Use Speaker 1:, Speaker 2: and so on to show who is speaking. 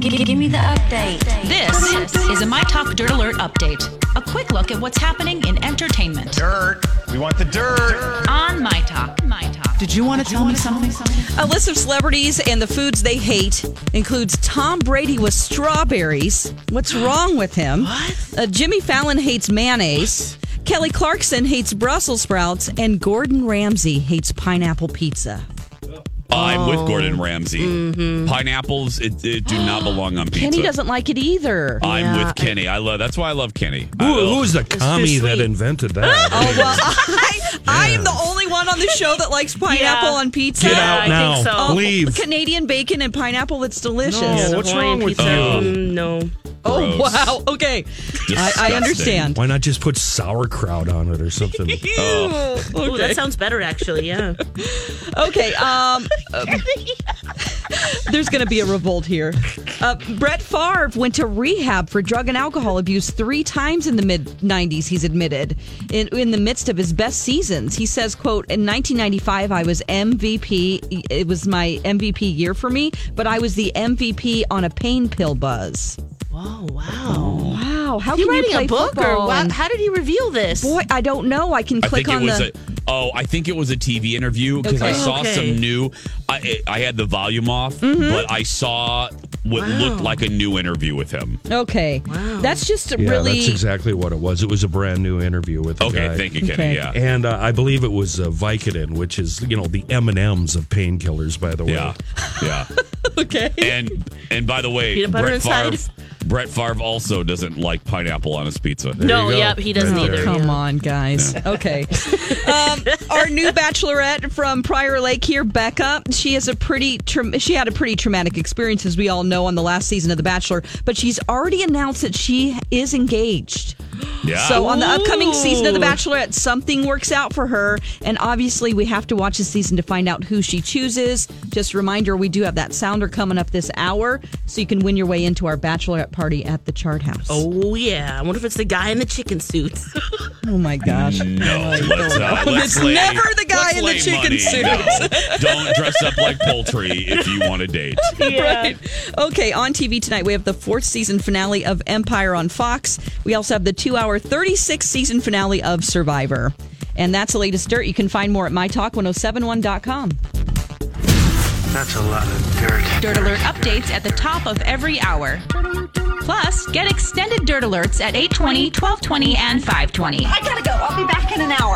Speaker 1: Give me the update.
Speaker 2: This is a My Talk Dirt Alert update. A quick look at what's happening in entertainment
Speaker 3: Dirt. We want the dirt.
Speaker 2: on My Talk. My Talk.
Speaker 4: Did you want to tell me something?
Speaker 5: A list of celebrities and the foods they hate includes Tom Brady with strawberries. What's wrong with him? What? Uh, Jimmy Fallon hates mayonnaise. Kelly Clarkson hates Brussels sprouts, and Gordon Ramsay hates pineapple pizza.
Speaker 6: I'm
Speaker 5: Oh.
Speaker 6: with Gordon Ramsay. Pineapples it, it do not belong on pizza.
Speaker 5: Mm-hmm. Kenny doesn't like it either.
Speaker 6: I'm with Kenny. I love. That's why I love Kenny. I
Speaker 7: Who,
Speaker 6: love-
Speaker 7: who's the commie that
Speaker 5: sweet.
Speaker 7: invented that?
Speaker 5: Oh well, I, I am the only one on the show that likes pineapple
Speaker 8: Yeah.
Speaker 5: on pizza.
Speaker 7: Get
Speaker 8: Yeah, I
Speaker 7: out now.
Speaker 8: think so.
Speaker 5: Oh,
Speaker 7: Leave.
Speaker 5: Canadian bacon and pineapple. That's delicious.
Speaker 7: No. What's
Speaker 8: Hawaiian
Speaker 7: wrong with
Speaker 8: pizza.
Speaker 7: you?
Speaker 8: Mm, no.
Speaker 5: Oh
Speaker 6: Gross.
Speaker 5: wow. Okay, I, I
Speaker 6: Disgusting.
Speaker 5: understand.
Speaker 7: Why not just put sauerkraut on it or something?
Speaker 8: Oh, that sounds better actually. Yeah.
Speaker 5: Okay. Um, uh, there's going to be a revolt here. Uh, Brett Favre went to rehab for drug and alcohol abuse three times in the mid 90s. He's admitted in in the midst of his best seasons. He says, "quote In 1995, I was MVP. It was my MVP year for me, but I was the MVP on a pain pill buzz."
Speaker 8: Whoa! Wow.
Speaker 5: Wow. How
Speaker 8: You
Speaker 5: can
Speaker 8: writing
Speaker 5: you play
Speaker 8: a book or
Speaker 5: football
Speaker 8: what?
Speaker 5: and-
Speaker 8: How did he reveal this?
Speaker 5: Boy, I don't know. I can
Speaker 6: I
Speaker 5: click
Speaker 6: think it
Speaker 5: on
Speaker 6: was
Speaker 5: the.
Speaker 6: a. Oh, I think it was a TV interview because I
Speaker 5: Okay. Mm-hmm.
Speaker 6: saw
Speaker 8: Okay.
Speaker 6: some new. I I had the volume off, but I saw what looked like a new interview with him.
Speaker 5: okay. That's just
Speaker 7: yeah,
Speaker 5: really.
Speaker 7: that's exactly what it was. It was a brand new interview with the
Speaker 6: Okay,
Speaker 7: guy.
Speaker 6: thank you, Kenny.
Speaker 5: Okay.
Speaker 6: Yeah.
Speaker 7: And uh, I believe it was uh, Vicodin, which is you know the M and M's of painkillers. By the way,
Speaker 6: Yeah, yeah.
Speaker 5: okay.
Speaker 6: And and by the way,
Speaker 8: Peanut butter
Speaker 6: Brett Favre,
Speaker 8: inside.
Speaker 6: Brett Favre also doesn't like pineapple on his pizza.
Speaker 8: no.
Speaker 7: you go.
Speaker 8: Yep. He doesn't
Speaker 7: Right
Speaker 8: either.
Speaker 7: there.
Speaker 8: Yeah.
Speaker 5: Come on, guys. Okay. Um, our new bachelorette from Prior Lake here, Becca. She has a pretty tra- she had a pretty traumatic experience, as we all know, on the last season of The Bachelor. But she's already announced that she is engaged.
Speaker 6: Yeah.
Speaker 5: So on the upcoming
Speaker 8: Ooh.
Speaker 5: season of The Bachelorette, something works out for her, and obviously we have to watch the season to find out who she chooses. Just a reminder, we do have that sounder coming up this hour, so you can win your way into our Bachelorette party at the Chart House.
Speaker 8: Oh yeah. I wonder if it's the guy in the chicken suit.
Speaker 5: oh my gosh!
Speaker 6: No, let's, uh, let's
Speaker 5: It's
Speaker 6: lay-
Speaker 5: never the
Speaker 6: let's
Speaker 5: guy in the
Speaker 6: lay
Speaker 5: chicken
Speaker 6: money
Speaker 5: suit.
Speaker 6: down. Don't dress up like poultry if you want a date.
Speaker 5: Right. Okay, on TV tonight, we have the fourth season finale of Empire on Fox. We also have the two hour, 36th season finale of Survivor. And that's the latest dirt. You can find more at mytalk1071.com.
Speaker 9: That's a lot of dirt.
Speaker 2: Dirt Alert updates at the top of every hour. Plus, get extended Dirt Alerts at 820, 1220, and 520.
Speaker 1: I gotta go. I'll be back in an hour.